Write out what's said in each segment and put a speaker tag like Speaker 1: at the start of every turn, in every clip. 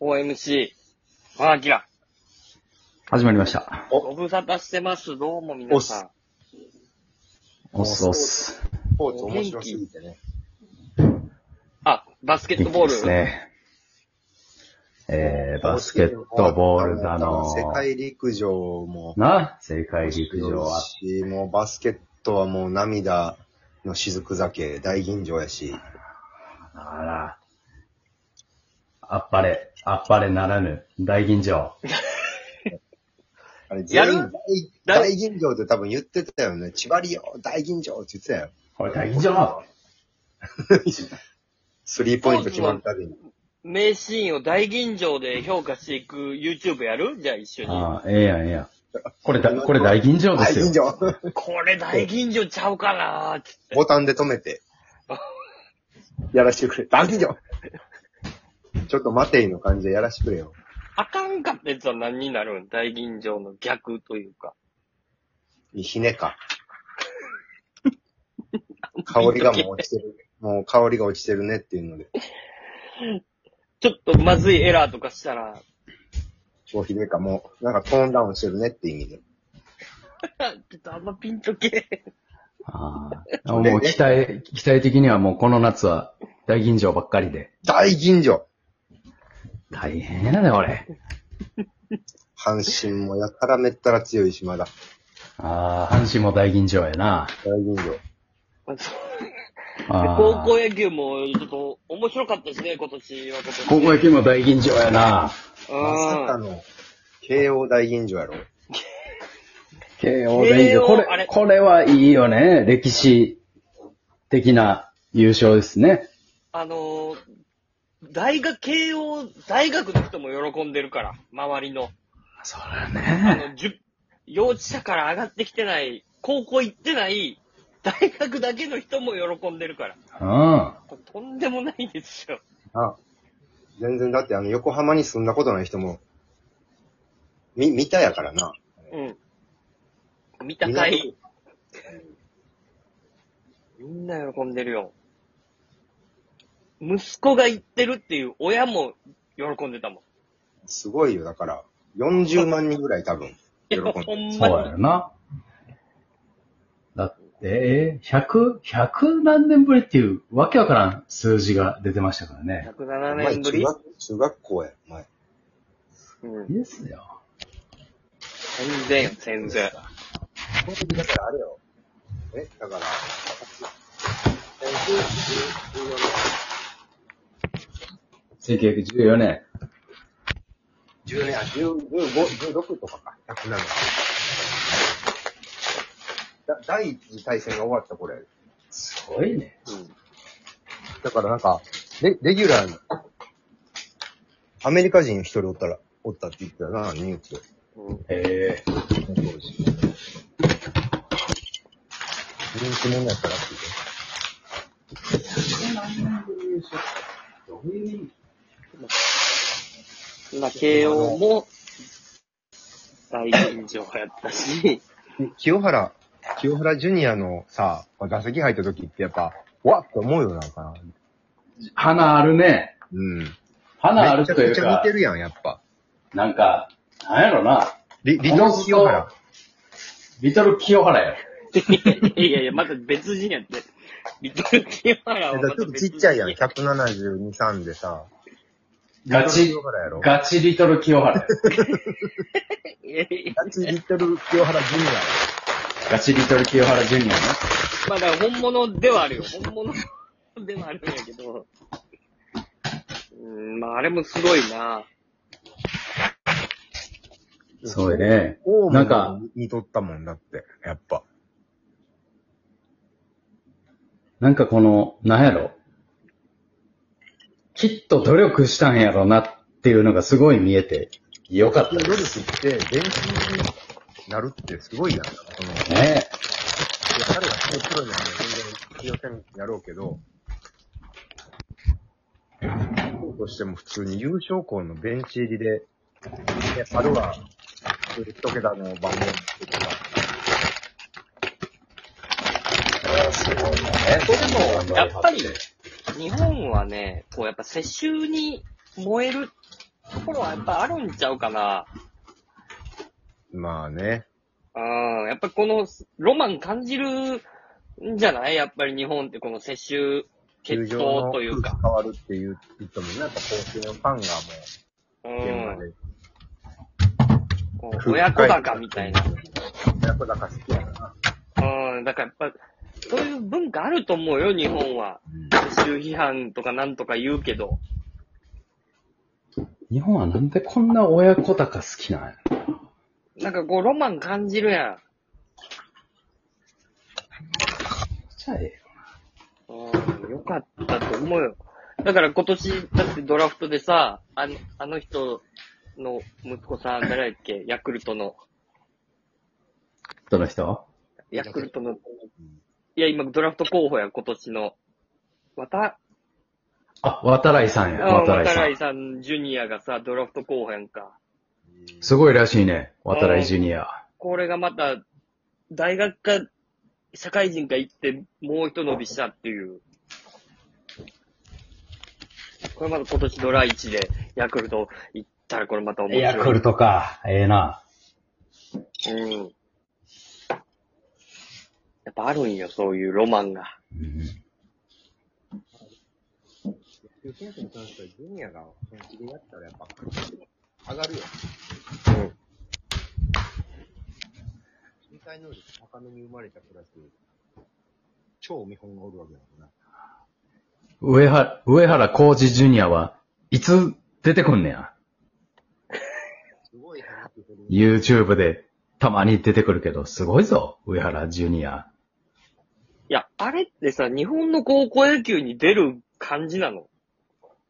Speaker 1: OMC、まあきら。
Speaker 2: 始まりました。
Speaker 1: ご無沙汰してます。どうも皆さ
Speaker 2: おっすおっす。
Speaker 3: スポーツ面白すぎてね。
Speaker 1: ん。あ、バスケットボ
Speaker 2: 元気で
Speaker 1: ー
Speaker 2: す
Speaker 1: ル。
Speaker 2: ね。えー、バスケットボールだの
Speaker 3: 世界陸上も、
Speaker 2: な、世界陸上は。
Speaker 3: し、もうバスケットはもう涙の雫酒、大吟醸やし、
Speaker 2: あら、あっぱれ、あっぱれならぬ、大吟醸。
Speaker 3: あれ
Speaker 1: やる
Speaker 3: 全員大大吟醸って多分言ってたよね。千葉リオ、大吟醸って言ってたよ。
Speaker 2: これ大吟醸
Speaker 3: スリーポイント決まるたびに。
Speaker 1: 名シーンを大吟醸で評価していく YouTube やるじゃあ一緒に。
Speaker 2: ああ、ええやん、ええやん。これだ、これ大吟醸で
Speaker 3: 大
Speaker 2: すよ
Speaker 3: 吟。醸
Speaker 1: これ大吟醸ちゃうかなーつって
Speaker 3: ボタンで止めて。やらしてくれ。大吟醸ちょっと待ていの感じでやらしてくれよ。
Speaker 1: あかんかったやつは何になるん大吟醸の逆というか。
Speaker 3: ひねか。香りがもう落ちてる。もう香りが落ちてるねっていうので、
Speaker 1: ちょっとまずいエラーとかしたら、
Speaker 3: 消費でかもう、なんかトーンダウンしてるねっていう意味で。
Speaker 1: ちょっとあんまピンとけえへん
Speaker 2: ああ、もう期待、期待的にはもうこの夏は大吟醸ばっかりで。
Speaker 3: 大吟醸
Speaker 2: 大変やで、俺。
Speaker 3: 阪神もやたらめったら強いし、まだ。
Speaker 2: ああ、阪神も大吟醸やな。
Speaker 3: 大吟醸。
Speaker 2: ああ
Speaker 1: 高校野球もちょっと面白かったしね、今年は今年。
Speaker 2: 高校野球も大吟醸やな。
Speaker 3: まさか
Speaker 1: うん。
Speaker 3: の、慶応大吟醸やろ。
Speaker 2: 慶応大
Speaker 1: 慶
Speaker 2: 吟
Speaker 1: 応
Speaker 2: 醸。こ
Speaker 1: あれ
Speaker 2: れ、これはいいよね。歴史的な優勝ですね。
Speaker 1: あのー大学、慶応、大学の人も喜んでるから、周りの。
Speaker 2: そら
Speaker 1: あ
Speaker 2: ね。
Speaker 1: の、じゅ、幼稚舎から上がってきてない、高校行ってない、大学だけの人も喜んでるから。
Speaker 2: うん。
Speaker 1: これとんでもないですよ。
Speaker 3: あ全然、だってあの、横浜に住んだことない人も、み、見たやからな。
Speaker 1: うん。見たかい。みんな喜んでるよ。息子が行ってるっていう親も喜んでたもん。
Speaker 3: すごいよ、だから。40万人ぐらい多分、
Speaker 1: い
Speaker 3: 喜ん
Speaker 1: や、
Speaker 3: で
Speaker 1: ほ
Speaker 3: る。
Speaker 1: ん
Speaker 2: そう
Speaker 1: ま
Speaker 2: や
Speaker 1: に。
Speaker 2: よな。だって、えー、100、100何年ぶりっていうわけわからん数字が出てましたからね。
Speaker 3: お
Speaker 1: 107
Speaker 3: 前
Speaker 1: 年ぶ
Speaker 3: 中
Speaker 1: り。
Speaker 3: 学、中学校や、お前。
Speaker 1: うん
Speaker 2: い。いですよ。
Speaker 1: 全然よ、全然。
Speaker 3: だからあれよ。えだから、
Speaker 2: 1914年。
Speaker 3: 10年、あ10 15、16とかか。107だ第一次大戦が終わった、これ。
Speaker 2: すごいね。
Speaker 3: だからなんか、レレギュラーの、アメリカ人一人おったら、おったって言ってたな、ニュース。
Speaker 1: うん。
Speaker 2: ええ
Speaker 3: その当時人気者やったらしいで。
Speaker 2: どういう意味
Speaker 1: 今、慶応も、大吟醸やった し、
Speaker 3: 清原、清原ジュニアのさ、打席入った時ってやっぱ、わっって思うよなんかな。
Speaker 2: 花あるね。
Speaker 3: うん。
Speaker 2: 花あるとい
Speaker 3: め
Speaker 2: う
Speaker 3: ちゃくちゃ似
Speaker 2: か
Speaker 3: て、るやん、やっぱ。
Speaker 2: なんか、なんやろな。
Speaker 3: リ、リトル清原。
Speaker 2: リトル清原や。
Speaker 1: いやいや、また別人やって。リトル清原
Speaker 3: え
Speaker 1: は
Speaker 3: だ
Speaker 1: また
Speaker 3: からちょっと
Speaker 1: 別
Speaker 3: ちっ
Speaker 1: 人
Speaker 3: ちゃいやん、172、3でさ。
Speaker 2: ガチ
Speaker 3: リトル清原やろ。
Speaker 2: ガチリトル清 原や。
Speaker 1: ええ
Speaker 3: ガチリトル清原ジュニアやろ。
Speaker 2: ガチリトル清原ジュニアね。
Speaker 1: まあだから本物ではあるよ。本物ではあるんやけど。うん、まああれもすごいな。
Speaker 2: そうやね
Speaker 3: オウ。
Speaker 2: な
Speaker 3: ム
Speaker 2: んか、
Speaker 3: に似とったもんだって、やっぱ。
Speaker 2: なんかこの、なんやろ。きっと努力したんやろなっていうのがすごい見えて、よかった
Speaker 3: 努
Speaker 2: で
Speaker 3: 力
Speaker 2: す。
Speaker 3: って、練習になるってすごいやん。その、いや
Speaker 2: ね
Speaker 3: 彼がすごいプロじゃない全然、強戦やろうけど、としても普通に優勝校のベンチ入りで、で、春は、一桁の番号ってとか、
Speaker 2: え。
Speaker 1: やっぱり日本はね、こうやっぱ世襲に燃えるところはやっぱあるんちゃうかな。
Speaker 3: まあね。
Speaker 1: うん、やっぱこのロマン感じるんじゃないやっぱり日本ってこの世襲血
Speaker 3: 球場
Speaker 1: 統
Speaker 3: の
Speaker 1: というか。
Speaker 3: 変わるって言う言ったもんね。やっぱ甲子園ファンがも
Speaker 1: う
Speaker 3: う、現場
Speaker 1: ん。
Speaker 3: で。
Speaker 1: こう親子高みたいな。。
Speaker 3: 親子高好きやな。
Speaker 1: うん、だからやっぱ、そういう文化あると思うよ、日本は。世襲批判とかなんとか言うけど。
Speaker 2: 日本はなんでこんな親子鷹好きなんや
Speaker 1: なんかこう、ロマン感じるや
Speaker 2: じゃあええよ
Speaker 1: ん。うん、よかったと思うよ。だから今年、だってドラフトでさ、あの、あの人の息子さん、誰だっけ、ヤクルトの、
Speaker 2: どの人
Speaker 1: ヤクルトの、いや、今ドラフト候補や、今年の。わた、
Speaker 2: あ、渡来さんや、
Speaker 1: あ
Speaker 2: 渡
Speaker 1: 渡
Speaker 2: 来さ
Speaker 1: 来
Speaker 2: ん。
Speaker 1: さん、ジュニアがさ、ドラフト候補やんか。
Speaker 2: すごいらしいね、渡来ジュニア。
Speaker 1: これがまた、大学か、社会人か行って、もう一伸びしたっていう。これまた今年ドラ1で、ヤクルト行ったらこれまた面白い。
Speaker 2: ヤクルトか、ええな。
Speaker 1: うん。やっぱあるんよ、そういうロマンが。
Speaker 2: うん
Speaker 3: 野球選手に関しては、ジュニアが本気でやったらやっぱ、上がるよ。うん。身体能力高めに生まれたプラス、超見本がおるわけだからな。
Speaker 2: 上原、上原浩二ジュニアはいつ出てくんねや。
Speaker 3: すごい話する。
Speaker 2: YouTube でたまに出てくるけど、すごいぞ、上原ジュニア。
Speaker 1: いや、あれってさ、日本の高校野球に出る感じなの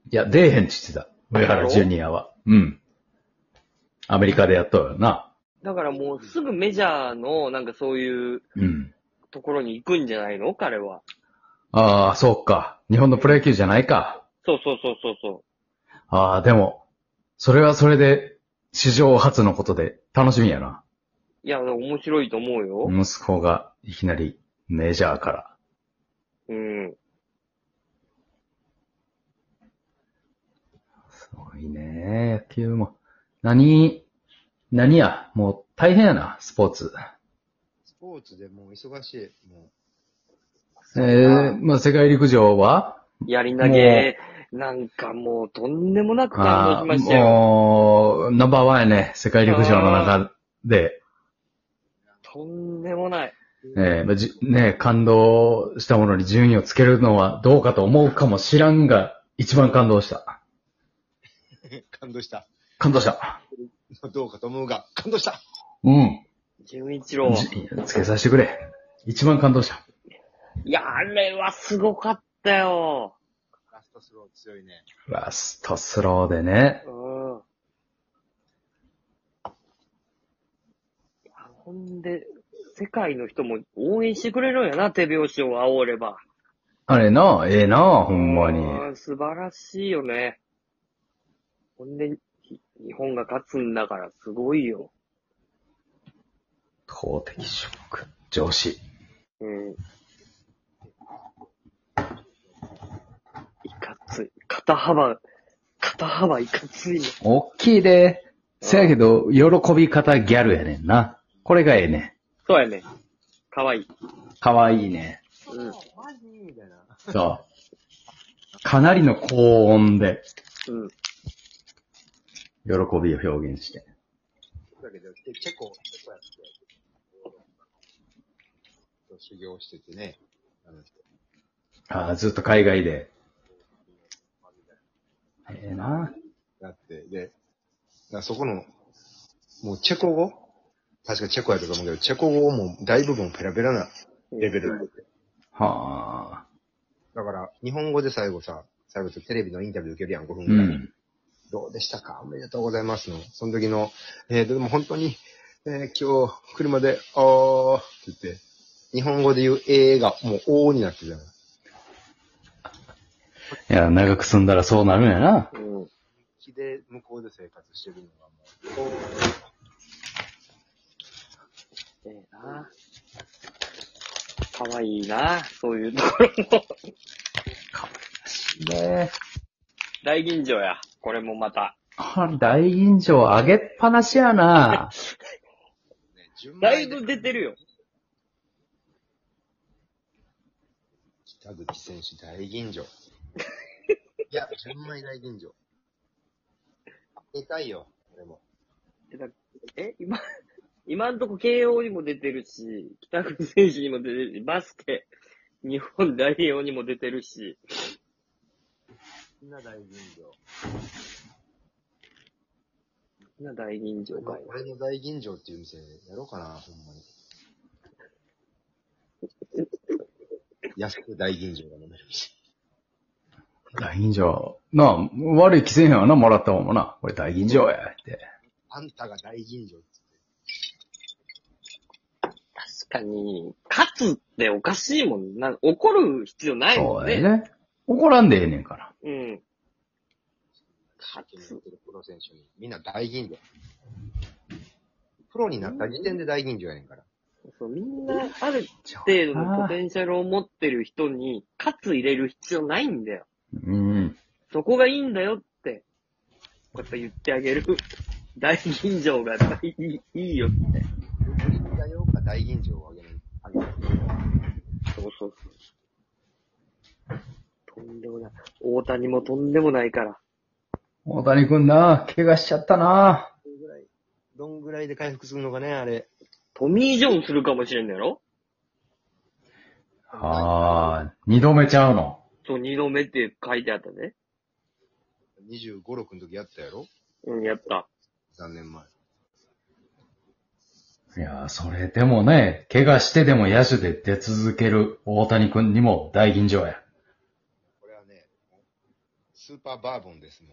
Speaker 2: いや、出えへんちってた。上原ジュニアは。うん。アメリカでやっとるよな。
Speaker 1: だからもうすぐメジャーの、なんかそういう
Speaker 2: うん。
Speaker 1: ところに行くんじゃないの彼は。
Speaker 2: ああ、そうか。日本のプロ野球じゃないか。
Speaker 1: そうそうそうそうそう。
Speaker 2: ああ、でも、それはそれで、史上初のことで、楽しみやな。
Speaker 1: いや、面白いと思うよ。
Speaker 2: 息子が、いきなり、メジャーから。
Speaker 1: うん。
Speaker 2: すごいね、野球も。何、何や、もう大変やな、スポーツ。
Speaker 3: スポーツでもう忙しい。も
Speaker 2: ええまあ世界陸上は
Speaker 1: やり投げ、なんかもうとんでもなく感動
Speaker 2: あ
Speaker 1: し
Speaker 2: ー
Speaker 1: ましたよ。
Speaker 2: もう、ナンバーワンやね、世界陸上の中で。
Speaker 1: とんでもない。
Speaker 3: う
Speaker 2: ええまあじね感動したものに順位をつけるのはどうかと思うかもしらんが、一番感動した。
Speaker 3: 感動した。
Speaker 2: 感動した。
Speaker 3: どうかと思うが、感動した
Speaker 2: うん。
Speaker 1: 純一郎。
Speaker 2: 順位をつけさせてくれ。一番感動した。
Speaker 1: いや、あれはすごかったよ。
Speaker 3: ラストスロー強いね。
Speaker 2: ラストスローでね。
Speaker 1: うん。いやほんで、世界の人も応援してくれるんやな、手拍子を煽れば。
Speaker 2: あれな、ええな、ほんまに。
Speaker 1: うん素晴らしいよね。ほんで、ひ日本が勝つんだからすごいよ。
Speaker 2: 投擲ショック。上司。
Speaker 1: うん。いかつい。肩幅、肩幅いかついね。
Speaker 2: 大きいで。せやけど、喜び方ギャルやねんな。これがええね
Speaker 1: そうやね。かわいい。
Speaker 2: ん。かわいいね。
Speaker 1: うん。
Speaker 3: マジみたいな。
Speaker 2: そう。かなりの高音で、
Speaker 1: うん。
Speaker 2: 喜びを表現して。
Speaker 3: だけど、でチェコ、チェコやって、修行しててね、あの人。
Speaker 2: ああ、ずっと海外で。ええな。
Speaker 3: やって、で、だからそこの、もうチェコ語確かチェコやったと思うけど、チェコ語をもう大部分ペラペラなレベルだって。
Speaker 2: はあ。
Speaker 3: だから、日本語で最後さ、最後テレビのインタビュー受けるやん、5分
Speaker 2: う
Speaker 3: ぐらい。
Speaker 2: ん。
Speaker 3: どうでしたかおめでとうございますの。その時の、えー、でも本当に、えー今日、車で、あーって言って、日本語で言うえーがもうおーになってるじゃない。
Speaker 2: いや、長く住んだらそうなるんやな。
Speaker 1: うん。うん。
Speaker 3: 気で向こうで生活してるのがもう、
Speaker 1: ええな。かわいいな。そういうところも。
Speaker 2: ね
Speaker 1: 大吟醸や。これもまた。
Speaker 2: あ大吟醸上げっぱなしやな。
Speaker 1: だいぶ出てるよ。
Speaker 3: 北口選手大吟 醸。いや、純米大吟醸。出たいよ、俺も。
Speaker 1: え今、 今んとこ慶応にも出てるし、北口選手にも出てるし、バスケ、日本代表にも出てるし、
Speaker 3: みんな大吟醸。
Speaker 1: みんな大人情かいな。
Speaker 3: 俺の大吟醸っていう店やろうかな、ほんまに。 安く大吟醸が飲めるし。
Speaker 2: 大吟醸。なあ、悪い気せんやな、もらった方もな。これ大吟醸や、って。
Speaker 3: あんたが大吟醸っつって。
Speaker 1: 確かに、勝つっておかしいもんな。怒る必要ない
Speaker 2: そ
Speaker 1: も
Speaker 2: うんだ
Speaker 1: ね。
Speaker 2: よね。怒らんでええねんから。
Speaker 1: うん。
Speaker 3: 勝ち抜いてるプロ選手に。みんな大吟醸。プロになった時点で大吟醸やねんから。
Speaker 1: そう、みんなある程度のポテンシャルを持ってる人に、勝つ入れる必要ないんだよ。
Speaker 2: うん。
Speaker 1: そこがいいんだよって、やっぱ言ってあげる。大吟醸が大いいいいよって。
Speaker 3: 無理だよか大吟醸をあげる。あげる
Speaker 1: そうそうそう。とんでもない。大谷もとんでもないから。
Speaker 2: 大谷くんな、怪我しちゃったな。
Speaker 3: どんぐらい、どんぐらいで回復するのかね、あれ。
Speaker 1: トミー・ジョンするかもしれんのやろ
Speaker 2: ああ、二度目ちゃうの。
Speaker 1: そう、二度目って書いてあったね。
Speaker 3: 25、6の時やったやろ
Speaker 1: うん、やった。
Speaker 3: ?3 年前。
Speaker 2: いやー、それでもね、怪我してでも野手で出続ける大谷くんにも大吟醸や。
Speaker 3: これはね、スーパーバーボンですもん。